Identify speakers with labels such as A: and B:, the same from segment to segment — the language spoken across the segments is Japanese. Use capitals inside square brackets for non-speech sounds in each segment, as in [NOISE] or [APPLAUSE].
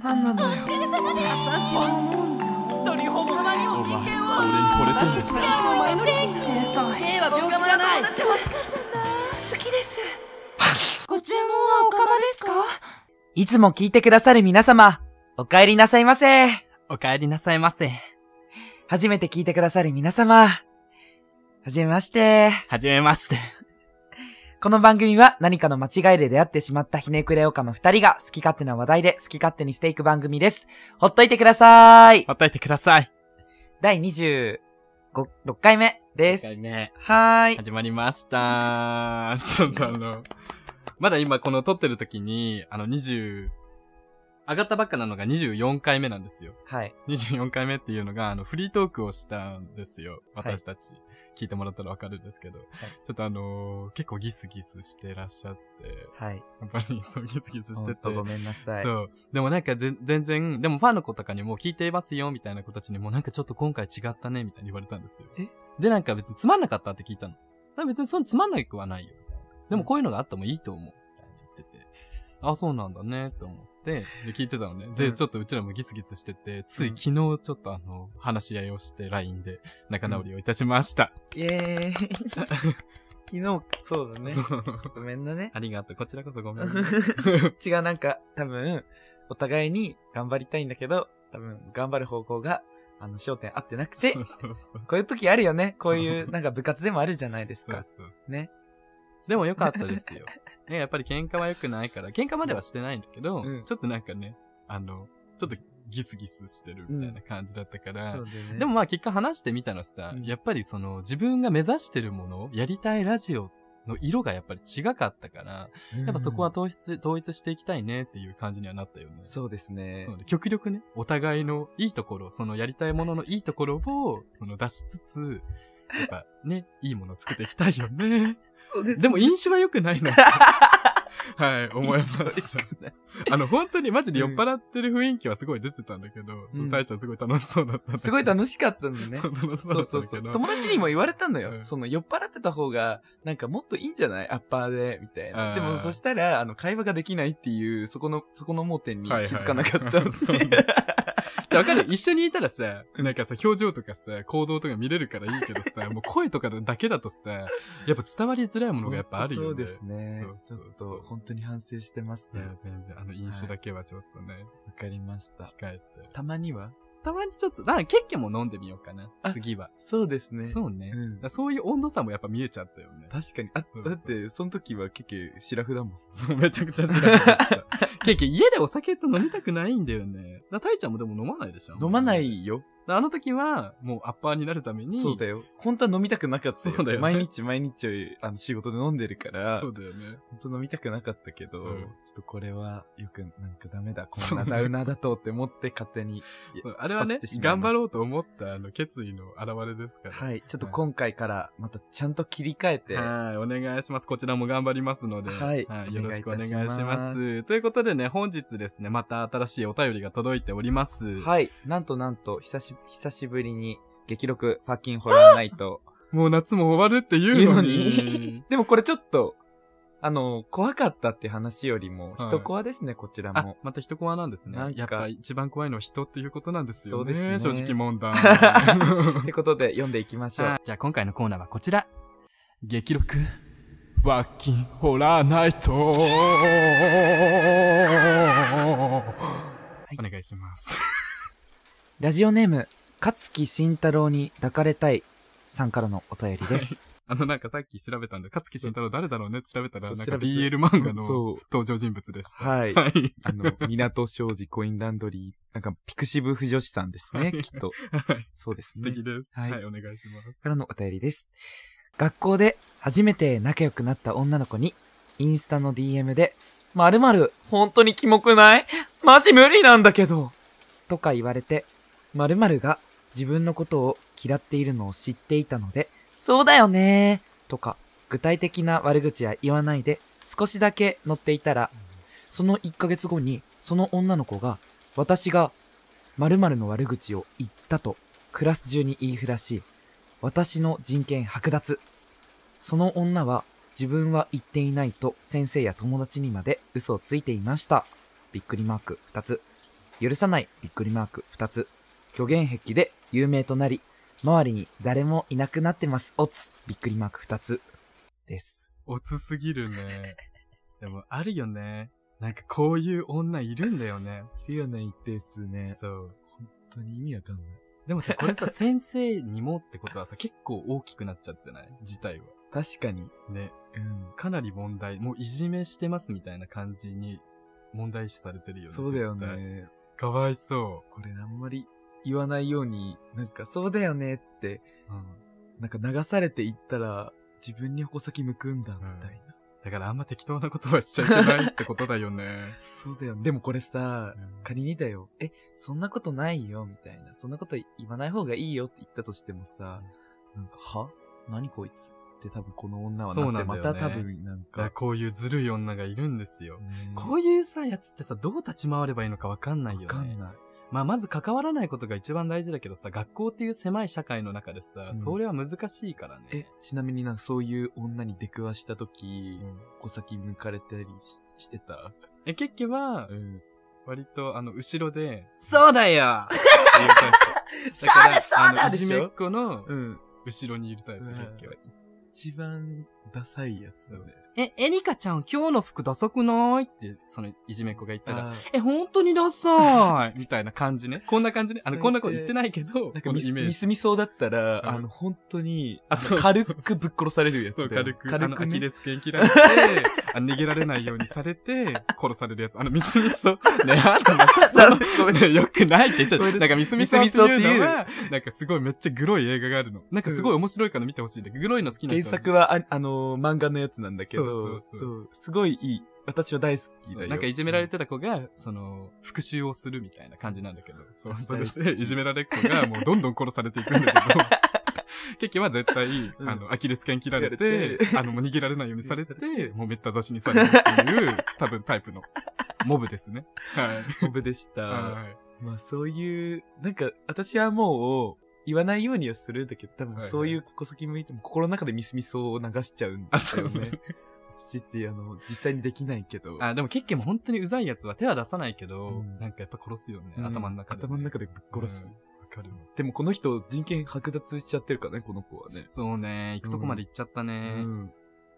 A: 何なのよ
B: お疲れ様で
A: 私
B: す
A: は飲んじゃおう
C: 本当にほんまにも
D: お前
C: 人権を
D: 俺に惚れてんの
A: 一生前乗り切りたい
C: 平和病気じゃない
A: 楽しかった好き
C: [LAUGHS]
A: ですご注文はおかまですか
E: いつも聞いてくださる皆様、お帰りなさいませ。
D: お帰りなさいませ。
E: 初めて聞いてくださる皆様、はじめまして。
D: はじめまして。
E: この番組は何かの間違いで出会ってしまったひねくれおかの二人が好き勝手な話題で好き勝手にしていく番組です。ほっといてください。
D: またいてください。
E: 第25、6回目です。
D: 一回目
E: はーい。
D: 始まりました。 [LAUGHS] ちょっとあの、まだ今この撮ってる時に、あの20、上がったばっかなのが24回目なんですよ。
E: はい。
D: 24回目っていうのが、あの、フリートークをしたんですよ。
E: はい
D: 私たち。聞いてもらったらわかるんですけど。ちょっとあのー結構ギスギスしてらっしゃって、
E: はい。
D: やっぱりそうギスギスし
E: ほ
D: て
E: ん
D: て。
E: とごめんなさい。
D: そう。でもなんかぜん全然、でもファンの子とかにも聞いていますよみたいな子たちにもなんかちょっと今回違ったねみたいに言われたんですよ。
E: え
D: でなんか別につまんなかったって聞いたの。でも別にそのつまんなくはないよみたいな。でもこういうのがあってもいいと思うみたいに言ってて。あ、そうなんだねと思って、で聞いてたのね。
E: う
D: で、
E: ん
D: ちょっとうちらもギスギスしてて、つい
E: うん
D: 昨日ちょっとあの、話し合いをして LINE で仲直りをいたしました。
E: イエ
D: [LAUGHS]
E: ーイ。昨日、そうだね。ごめんだね。
D: ありがとう。こちらこそごめ
E: [LAUGHS]
D: んね。
E: 違う、なんか、多分、お互いに頑張りたいんだけど、多分、頑張る方向が、あの、焦点合ってなくて
D: そ、うそうそう。
E: こういう時あるよね。こういう、なんか部活でもあるじゃないです
D: そうそ
E: か
D: う。そう。
E: ね。
D: でも良かったですよ。 [LAUGHS] ね、やっぱり喧嘩は良くないから、喧嘩まではしてないんだけど、
E: そううん
D: ちょっとなんかね、あの、ちょっとギスギスしてるみたいな感じだったから、
E: そうだよね。
D: でも、まあ結果話してみたらさ、
E: うん
D: やっぱりその自分が目指してるもの、やりたいラジオの色がやっぱり違かったから、やっぱそこは、統一、統一していきたいねっていう感じにはなったよね。
E: そうですね
D: そう。ね、極力ね、お互いのいいところ、そのやりたいもののいいところを、その出しつ
E: [LAUGHS]
D: つ、やっぱね、いいものを作っていきたいよね。
E: そうで
D: で
E: も、
D: も飲酒は良くな
E: [LAUGHS]
D: いなって。はい、思いました。あの、本当にマジで酔っ払ってる雰囲気はすごい出てたんだけど、
E: うん
D: 大ちゃんすごい楽しそうだったんだけど。
E: すごい楽
D: し
E: しかったのね。
D: そう楽しそう
E: そ
D: だ
E: うそう
D: ったんだ
E: そ
D: け
E: う。
D: ど。
E: 友達にも言われたのよ。
D: うん
E: その、酔っ払ってた方が、なんかもっといいんじゃないアッパーで、みたい
D: あー
E: な。でも、そしたら、あの、会話ができないっていう、そこの、そこの盲点に気
D: はいはい
E: づかなかったんですね
D: [LAUGHS] そうでわかる一緒にいたらさ、なんかさ、表情とかさ、行動とか見れるからいいけど
E: [LAUGHS]
D: さ、もう声とかだけだとさ、やっぱ伝わりづらいものがやっぱあるよね。
E: そうですね。ち
D: そ
E: ょ
D: う
E: っ
D: そう
E: と、本当に反省してます。
D: そう。いや
E: わ、
D: 全然、あの、飲酒だけはちょっとね、
E: かりました。
D: 控えて。
E: たまには
D: たまにちょっと、なんかケッケも飲んでみようかな
E: あ。
D: 次は。
E: そうですね。
D: そうね。
E: うん
D: だからそういう温度差もやっぱ見えちゃったよね。
E: 確かに。あ、
D: そうそう
E: だって、その時は結構、シラフだもん。
D: そう、めちゃくちゃ知らなかった。
E: [LAUGHS]
D: ケーキ、家でお酒って飲みたくないんだよね。だからタイちゃんもでも飲まないでしょ
E: 飲まな。
D: あんり
E: いよ。
D: だあの時は、もうアッパーになるために。
E: そうだ
D: よ。
E: よ。本当は飲みたくなかったよ。
D: そうだよね
E: 毎日毎日、あの、仕事で飲んでるから、
D: そうだよね。
E: 本当飲みたくなかったけど、
D: うん
E: ちょっとこれは、よく、なんかダメだ。
D: そ
E: こ
D: うんね
E: なダウナーだとって思って勝手に。
D: そうあれはね、頑張ろうと思ったあの決意の表れですか
E: う
D: ら。
E: はい。ちょっと今回から、またちゃんと切り替えて、
D: はい、お願いします。こちらも頑張りますので、
E: はい
D: よろしくお願いし
E: お
D: ます
E: 願いいたします
D: ということでね、本日ですね、また新しいお便りが届いております。
E: はい。なんとなんと、久し、久しぶりに、激録、ファッキンホラーナイ
D: [LAUGHS]
E: ト。
D: もう夏も終わるっていうの
E: 言うの
D: に。
E: でもこれちょっと、あの、怖かったって話よりも、
D: はい
E: 人怖ですね、こちら
D: あ
E: も。、
D: また人コアなんですね
E: なん。か
D: やっぱ一番怖いのは人っていうことなんですよね。
E: そうですね
D: 正直
E: [LAUGHS]
D: 問題。
E: ってことで、読んでいきましょう。
D: [LAUGHS] じゃあ今回のコーナーはこちら。激録、ワッキンホラーナイト。お願いします。
E: ラジオネーム、勝木慎太郎に抱かれたいさんからのお便りです。
D: あの、なんかさっき調べたんで、勝木慎太郎誰だろうねって調べたら、
E: そう
D: な
E: ん
D: か
E: 調べて
D: BL 漫画の
E: そう。
D: 登場人物でした。 [LAUGHS]
E: はい
D: はい。
E: あの、港商事コインランドリー、なんか、ピクシブ婦女子さんですね、
D: [LAUGHS] はい
E: きっと。そうです
D: 素
E: ね。
D: 敵です。
E: は
D: はいい、お願いします。
E: からのお便りです。学校で初めて仲良くなった女の子に、インスタの DM で、まるまる本当にキモくないマジ無理なんだけどとか言われて、まるまるが自分のことを嫌っているのを知っていたので、そうだよねーとか、具体的な悪口は言わないで、少しだけ乗っていたら、その1ヶ月後に、その女の子が、私が、まるまるの悪口を言ったと、クラス中に言いふらし、私の人権剥奪。その女は自分は言っていないと先生や友達にまで嘘をついていました。びっくりマーク2つ。許さないびっくりマーク2つ。虚言癖で有名となり、周りに誰もいなくなってます。おつびっくりマーク2つ。です。
D: おつすぎる [LAUGHS] ね。でも、あるよね。なんかこういう女いるんだよね。
E: いるよね、一定数ね。
D: そう。
E: 本当に意味わかんない。
D: でもさ、これ [LAUGHS] さ、先生にもってことはさ、結構大きくなっちゃってない事態は。
E: 確かに。
D: ね。
E: うん。
D: かなり問題、もういじめしてますみたいな感じに問題視されてるよね。
E: そうだよ
D: 絶対。
E: ね。
D: かわいそ
E: これあんまり言わないように、なんかそうだよねって、
D: う。うん。
E: なんか流されていったら、自分に矛先向くんだ、みたいな。
D: だからあんま適当なことはしちゃいけないってことだよね。
E: そうだよね。でもこれさ、仮にだよ。え、そんなことないよ、みたいな。そんなこと言わない方がいいよって言ったとしてもさ、なんか、は何こいつって多分この女は
D: そう
E: な
D: な
E: って、
D: ん
E: ま
D: だよね
E: た多分なん
D: だから
E: か、
D: こういうずるい女がいるんですよ。
E: ね
D: こういうさ、やつってさ、どう立ち回ればいいのかわかんないよね。
E: わかんない。
D: まあ、まず関わらないことが一番大事だけどさ、学校っていう狭い社会の中でさ、
E: うん
D: それは難しいからね。
E: え、ちなみになんかそういう女に出くわした時
D: う、ん
E: 矛先向かれたりししてた。
D: え、結局は、
E: ん。
D: 割と、あの、後ろで、そうだよっていうタイプ。だ [LAUGHS] か
E: そ
D: ら
E: うだそうだ
D: あの
E: で
D: い
E: しょ
D: じめっ子の、
E: うん。
D: 後ろにいるタイプ、
E: うわ
D: 結局は。
E: 一番ダサいやつだね。
D: え、エリカちゃん今日の服ダサくないって、そのいじめっ子が言ったら、
E: あ
D: え、本当にダサいみたいな感じね。こんな感じね。あの、
E: 最低
D: こんなこと言ってないけど、
E: ーなんか
D: この
E: ミ
D: イ
E: ス
D: メー
E: ミ
D: ジ。
E: スみそうだったら、
D: うん
E: あの、本当に、
D: あそう
E: 軽くぶっ殺されるやつだ
D: そう、
E: よね
D: 軽く、あの、ア
E: ね
D: キレス腱切られて、あの逃げられないようにされて、殺されるやつ。あの、ミスミソ。ね、あんたまた
E: な
D: さ
E: るほ、どごめんなさ
D: ね、
E: い
D: よくないって言っちゃっ
E: ごめん
D: た。
E: なさ
D: なんかミスミソっていうのは、なんかすごいめっちゃグロい映画があるの。なんかすごい面白いから見てほしいんだけど、グロいの好きな人
E: 原
D: は
E: 作はあ、あのー漫画のやつなんだけど、
D: そうそうそう
E: すごいいい。私は大好きだよ。
D: なんかいじめられてた子が、その、復讐をするみたいな感じなんだけど、そう、それでいじめられっ子がもうどんどん殺されていくんだけ
E: [LAUGHS]
D: ど、結局は絶対、
E: うん
D: あの、アキレス腱切られ
E: 切
D: て
E: られ、て
D: あの、もう逃げられないようにさ
E: [LAUGHS]
D: れて
E: 逃げられ、
D: もうめった刺しにされるっていう、多分タイプの、モブですね。はい。 [LAUGHS]
E: モブでした。
D: はい
E: まあそういう、なんか私はもう、言わないようにはするんだけど、多分
D: はいはい
E: そういうこ先向いても心の中でミスミソを流しちゃうんだ
D: あ、そ
E: よ
D: うね
E: ね。。 [LAUGHS] 私ってあの、実際にできないけど。
D: あ、でも結局も本当にうざいやつは手は出さないけど、
E: うん
D: なんかやっぱ殺すよね、
E: うん
D: 頭の中で。
E: 頭の中でぶっ殺す。
D: うん。わかるわ
E: でもこの人人権剥奪しちゃってるからね、この子はね。
D: そうね、行くとこまで行っちゃった
E: う
D: ね。
E: ん。だ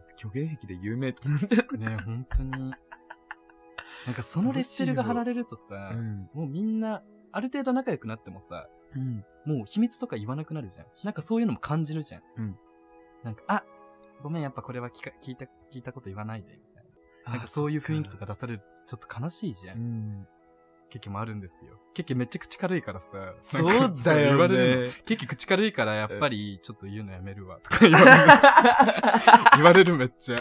E: って虚言癖で有名となっちゃっ
D: ね本当に。なんかそのレッテルが貼られるとさ、
E: た。ん。
D: もうみんな、ある程度仲良くなってもさ、
E: うん。
D: もう秘密とか言わなくなるじゃん。なんかそういうのも感じるじゃん。
E: うん
D: なんか、あ、ごめん、やっぱこれは聞か聞いた、聞いたこと言わないで、みたいな。なんかそういう雰囲気とか出されるとちょっと悲しいじゃ。
E: うんん。
D: ケケもあるんですよ。ケケめっちゃ口軽いからさ。
E: そう
D: なんか
E: だ
D: 言わ
E: よ
D: れるの。
E: ね。
D: ケケ口軽いからやっぱりちょっと言うのやめるわ。とか言わ
E: [LAUGHS]
D: れる。言われるめっちゃ。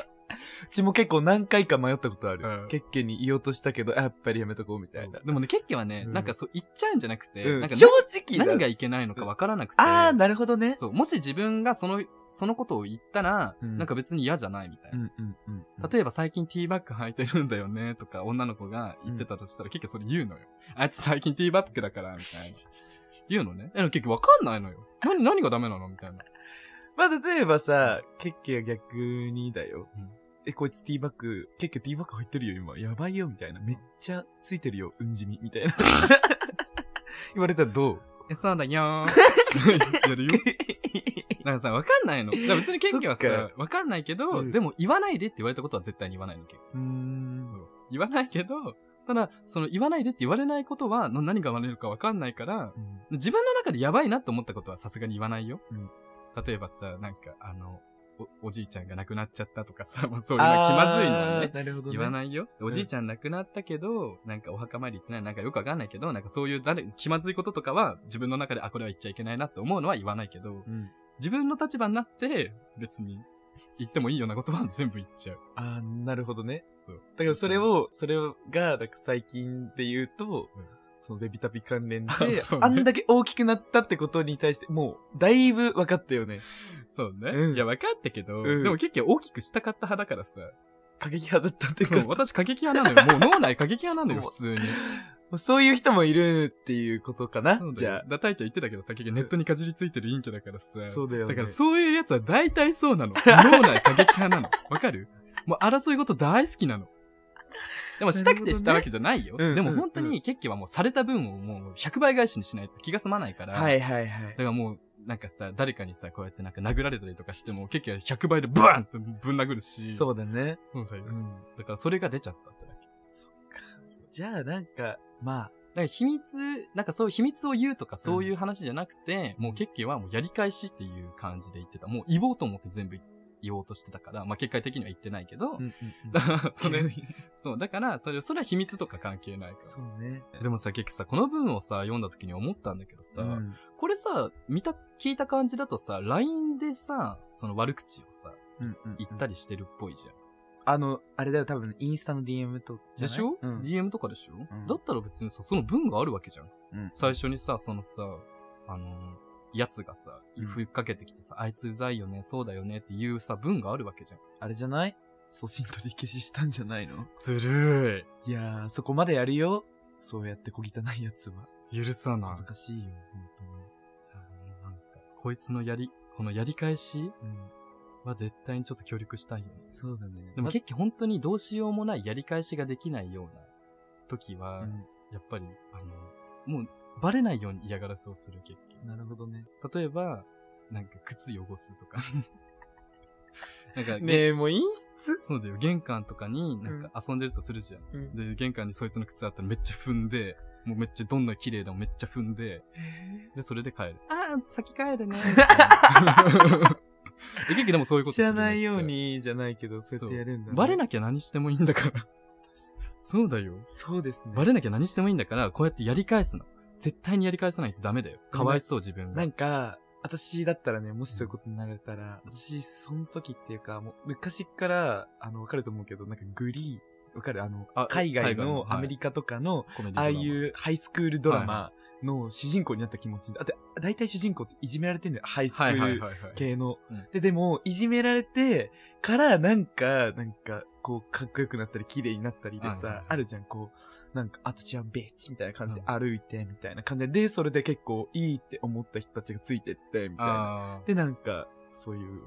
E: うちも結構何回か迷ったことある。
D: うん
E: ケッケに言おうとしたけど、あやっぱりやめとこうみたいな。
D: でもね、ケッケはね、
E: うん
D: なんかそう言っちゃうんじゃなくて、
E: うん
D: なんか
E: 正直だ
D: 何がいけないのかわからなくて、
E: ああ、なるほどね。
D: そうもし自分がその、そのことを言ったら、
E: うん
D: なんか別に嫌じゃないみたいな。
E: んうんうん
D: 例えば最近ティーバッグ履いてるんだよねとか女の子が言ってたとしたら、結構それ言うのよ。あいつ最近ティーバッグだから、みたいな。言うのね。え、でも結構わかんないのよ。何、何がダメなのみたいな。
E: まあ、例えばさ、ケッケが逆にだよ。
D: うん
E: え、こいつティーバッグ、ケッケティーバッグ入ってるよ、今。やばいよ、みたいな。めっちゃついてるよ、うんじみ、みたいな。 [LAUGHS] 言われたら
D: [LAUGHS]
E: どう
D: え、そう
E: [LAUGHS]
D: だよー。やるよ。なんかさ、わかんないの。だから別にケッケは
E: そっ
D: さ、わかんないけど、
E: うん
D: でも言わないでって言われたことは絶対に言わないの、結構
E: うーん。
D: 言わないけど、ただ、その言わないでって言われないことは、な何が言われるかわかんないから、自分の中でやばいなと思ったことはさすがに言わないよ。
E: うん
D: 例えばさ、なんか、あの、お、おじいちゃんが亡くなっちゃったとかさ、 [LAUGHS] もうそういうのは気まずいのは
E: あ
D: ね
E: ー。なるほどね。
D: 言わ
E: い。
D: ないよ。おじいちゃん亡くなったけど、なんかお墓参り行ってない、なんかよくわかんないけど、なんかそういう誰、気まずいこととかは、自分の中で、あ、これは言っちゃいけないなって思うのは言わないけど、
E: うん。
D: 自分の立場になって、別に、言ってもいいようなことは全部言っちゃう。
E: ああ、なるほどね。
D: そう。
E: だからそれを、それが、なんか最近で言うと、
D: うん
E: そのベビタビ関連で、
D: あそうね
E: あんだけ大きくなったってことに対して、もう、だいぶ分かったよね。
D: そうね。
E: うん
D: いや、分かったけど、
E: うん
D: でも結局大きくしたかった派だからさ。
E: 過激派だったって
D: そう、
E: こ
D: 私過激派なのよ。もう脳内過激派なのよ、
E: そう
D: 普通に。
E: と。そういう人 [LAUGHS] もいるっていうことかな
D: そうだよ
E: じゃ
D: だ、大ちゃん言ってたけどさ、結局ネットにかじりついてる陰キャだからさ。
E: あ。そうだよね。
D: だからそういうやつは大
E: [LAUGHS]
D: 体そうなの。脳内過激派なの。わかるもう争い事大好きなの。でもしたくてしたわけじゃないよ。
E: なるほどね
D: で
E: うん
D: も
E: うん
D: 本当に結局はもうされた分をもう100倍返しにしないと気が済まないから。
E: はいはいはい
D: だ。からもう、なんかさ、誰かにさ、こうやってなんか殴られたりとかしても、結局は100倍でバーンとぶん殴るし。
E: そうだね。
D: そうだよ。
E: うん。
D: だからそれが出ちゃったってだけ。
E: じゃあなんか、まあ、
D: だから秘密、なんかそう秘密を言うとかそういう話じゃなくて、もう結局はもうやり返しっていう感じで言ってた。もう言おうと思って全部言おうとしてたから、まあ結果的には言ってないけど、
E: [LAUGHS]
D: だから [LAUGHS] それ、そう、だからそれ、それは秘密とか関係ないか
E: そうね。
D: ら。でもさ、結局さ、この文をさ、読んだ時に思ったんだけどさ、
E: うん
D: これさ、見た、聞いた感じだとさ、LINE でさ、その悪口をさ、
E: うんうん
D: 言ったりしてるっぽいじゃん。
E: あの、あれだよ、多分、インスタの DM とじゃな
D: で
E: い。
D: しょ、
E: うん
D: ?DM とかでしょ、
E: うん
D: だったら別にさ、その文があるわけじゃん。
E: うん
D: 最初にさ、そのさ、あの、やつがさ
E: うん、
D: ふっかけてきてさ、あいつうざいよね、そうだよねっていうさ、文があるわけじゃん。
E: あれじゃない送信取り消ししたんじゃない
D: [LAUGHS]
E: の
D: ずる
E: いやー、そこまでやるよ。そうやって小汚いやつは。
D: い。許さな
E: 恥ずかしいよ、本
D: なんか、こいつのやり、このやり返し
E: 当に。うん。
D: は絶対にちょっと協力したいよね。
E: そうだね。
D: でも
E: ま
D: 結局本当にどうしようもないやり返しができないような時は、
E: う
D: やっぱり、あの、もう、バレないように嫌がらせをする結
E: んなるほどね。
D: 局。例えば、なんか靴汚すとか。 [LAUGHS] なんか、
E: [LAUGHS] ねえ、もうインス
D: そうだよ、玄関とかになんか遊んでるとするじゃん。 [LAUGHS]
E: うん
D: で、玄関にそいつの靴あったらめっちゃ踏んで、もうめっちゃどんな綺麗でもめっちゃ踏んで、で、それで帰る。ああ、先帰 [LAUGHS] るね。え、結構でもそういうことす
E: 知
D: る
E: らないよう。
D: めっ
E: にじゃないけど、そうや
D: そ
E: っ
D: う
E: てやるん
D: ち
E: だ、
D: ゃバレなきゃ何してもいいんだから。 [LAUGHS] そうだよ。
E: そうですね。
D: バレなきゃ何してもいいんだから、こうやってやり返すの。絶対にやり返さないとダメだよ。かわいそう、自分が。
E: なんか、私だったらね、もしそういうことになれたら、私、その時っていうか、もう昔から、あの、わかると思うけど、なんかグリー、わかるあの
D: あ
E: 海外
D: 海外の
E: の
D: はい
E: アメリカとかの、
D: コメディ
E: ああい
D: ドラマ。
E: うハイスクールドラマの主人公になった気持ちにだって、大体主人公っていじめられてんだよ、ハイスク
D: はいは
E: ー
D: い
E: ル
D: はいはい。
E: 系の
D: うん。
E: で、でも、いじめられてから、なんか、なんか、こう、かっこよくなったり、綺麗になったりで
D: はいはいは
E: さ
D: い、
E: あるじゃん、こう、なんか、私はベッチみたいな感じで
D: うん
E: 歩いて、みたいな感じで、で、それで結構いいって思った人たちがついてって、みたいな。
D: あ
E: で、なんか、そういう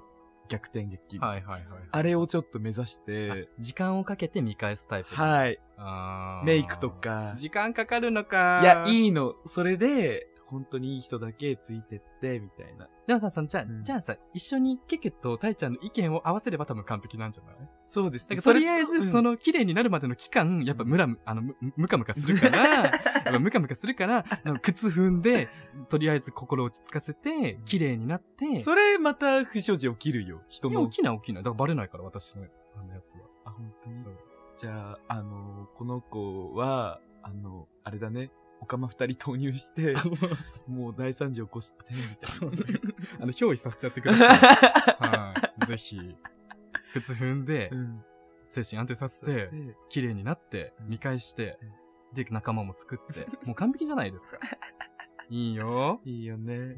E: 逆転劇。
D: あ。はいはいはい。
E: あれをちょっと目指し
D: あ
E: て、
D: 時間をかけて見返すタイプ。い。
E: はい、
D: あー
E: メイクと。か、
D: 時間かかるのか。
E: いや、
D: い。
E: いいの。それで、本当にいい人だけついてって、みたいな。
D: でもさ、その、じゃあ、
E: うん
D: じゃあさ、一緒にケケとタイちゃんの意見を合わせれば多分完璧なんじゃない
E: そうです
D: なん
E: ね。
D: かとりあえず、そ
E: の、
D: の、綺麗になるまでの期間、やっぱムラム、あの、むムカムカする [LAUGHS] から、やっぱムカムカするから、あの靴踏んで、とりあえず心落ち着かせて、綺麗になって、
E: それまた不祥事起きるよ。人
D: いや
E: の
D: 起。きない起きない。だからバレないから、私の、あのやつは。
E: あ、本当に
D: そう
E: じゃあ、あの、この子は、あの、あれだね、おかま二人投入して、もう大惨事起こして、み
D: そう
E: たいな。
D: あの、憑依させちゃってください。はい。ぜひ、靴踏んで
E: う、ん。
D: 精神安定させ
E: そして
D: て、、綺麗になって、
E: うん
D: 見返して、で、仲間も
E: [LAUGHS]
D: 作って、もう完璧じゃないですか。いいよ。
E: いいよね。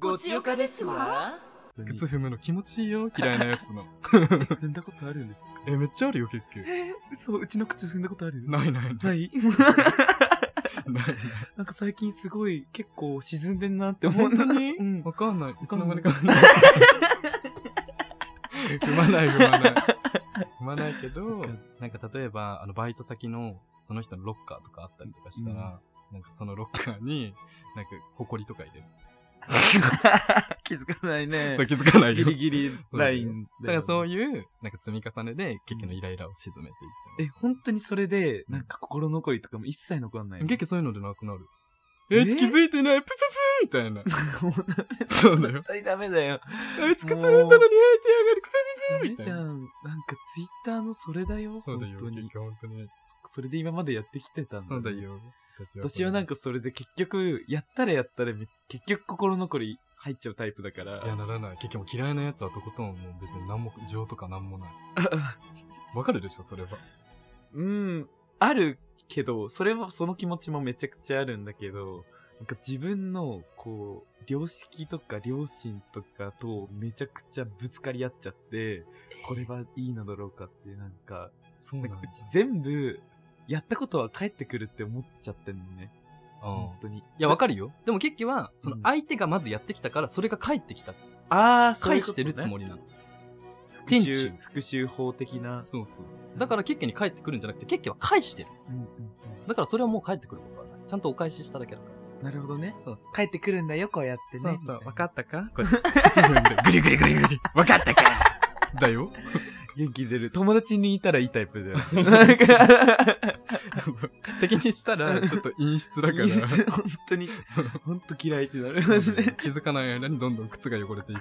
A: ごちよかですわ
E: 本当に
D: 靴踏むの気持ちいいよ、嫌いなやつの。
E: 踏んだことあるんですか
D: え、めっちゃあるよ、結局。
E: え、嘘、うちの靴踏んだことある
D: ないな
E: な
D: いない。
E: [LAUGHS] い
D: ないない。
E: なんか最近すごい、結構沈んでんなって思う
D: 本当に
E: [LAUGHS] うん
D: わかんない。いつ
E: かん
D: の
E: な
D: [LAUGHS] 間
E: い
D: にか。踏まない、踏まない。踏まないけど
E: わかん、
D: なんか例えば、あの、バイト先の、その人のロッカーとかあったりとかしたら、なんかそのロッカーに、なんか、埃とか入れる。
E: 気づかないね
D: そ。う気づかない
E: ギ
D: よ。
E: リギリライン
D: だからそう
E: いう。
D: いう、なんか積み重ねで、結局のイライラを沈めていった
E: え、本当にそれで、なんか心残りとかも一切残らないの
D: 結局そういうのでなくなる。
E: え
D: えいつ気づいてないプププ
E: [LAUGHS]
D: ーみたいな。そうだよ
E: 絶。対ダメだよ。
D: あいつ靴踏んだ
E: ダ
D: のに生え
E: メ
D: てやがる。プププーみたい
E: じゃ
D: な。
E: ん。なんかツイッターのそれだよ。
D: そうだよ。
E: 本当
D: 結
E: に。
D: 局本当に。
E: そそれで今までやってきてたんだ、
D: そうだ。よ。私
E: 私はなんか、それで結局、やったらやったらめ、結局心残り入っちゃうタイプだから。 [LAUGHS]
D: いや、ならない。結局嫌いなやつはとことん、もう別に何も、情とか何もない。わかるでしょ、それは。
E: うん。あるけど、それはその気持ちもめちゃくちゃあるんだけど、なんか自分の、こう、良識とか良心とかとめちゃくちゃぶつかり合っちゃって、これはいいのだろうかっていう、なんか、
D: そう
E: なんかうち全部、やったことは返ってくるって思っちゃってんのね。本当に。い
D: いや、わかるよ。でも結局は、その
E: うん
D: 相手がまずやってきたから、それが返ってきた。
E: ああ、そういう
D: 返
E: こ
D: し
E: とね
D: てるつもりなの。
E: 復
D: 天
E: 讐
D: 中、
E: 復讐法的な。
D: そうそうそう。だから、ケッケに帰ってくるんじゃなくて、ケッケは返してる。
E: うんうん
D: だから、それはもう帰ってくることはない。ちゃんとお返ししただけだか
E: うんなるほどね
D: ら。。そうそう。
E: 帰ってくるんだよ、こうやってね。
D: そうそう。分か
E: っ
D: ったか [LAUGHS] これ。グリグリグリグリ。分かったかだよ。 [LAUGHS]
E: 元気出る。友達にいたらいいタイプだよ。
D: 敵にしたら、ちょっと陰湿だ
E: だか
D: か
E: ら
D: ら。
E: 本当に、本当嫌いってなる。マジで。
D: 気づかない間にどんどん靴が汚れていくっていう。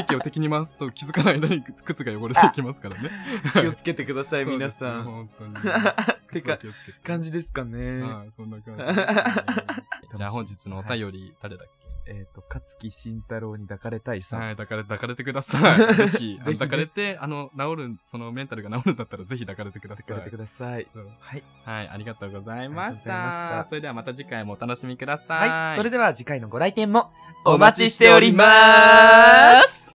E: [LAUGHS]
D: ーキを敵に回すと気づかない間に [LAUGHS] 靴が汚れていきますからね。
E: 気をつけてください、
D: そうで
E: 皆
D: すね
E: さん。
D: 本当に。
E: [LAUGHS] て
D: 靴は
E: か、
D: 気をつけて。
E: 感じですかね。
D: はい、そんな
E: [LAUGHS]
D: 感じです。じゃあ本日のお便り、誰だっ
E: えっと、勝木慎太郎に抱かれたい
D: け
E: さん。
D: はい、抱かれ、抱かれてくだ
E: [LAUGHS]
D: さい。ぜひ、あの
E: ぜひね
D: 抱かれて、あの、治る、そのメンタルが治るんだったらぜひ抱かれてください。
E: 抱かれてください。
D: そう
E: はい。
D: はい、ありがとうございまし
E: ありがとうございま
D: た
E: した。
D: それではまた次回もお楽しみください。
E: はい。それでは次回のご来店も
D: お待ちしております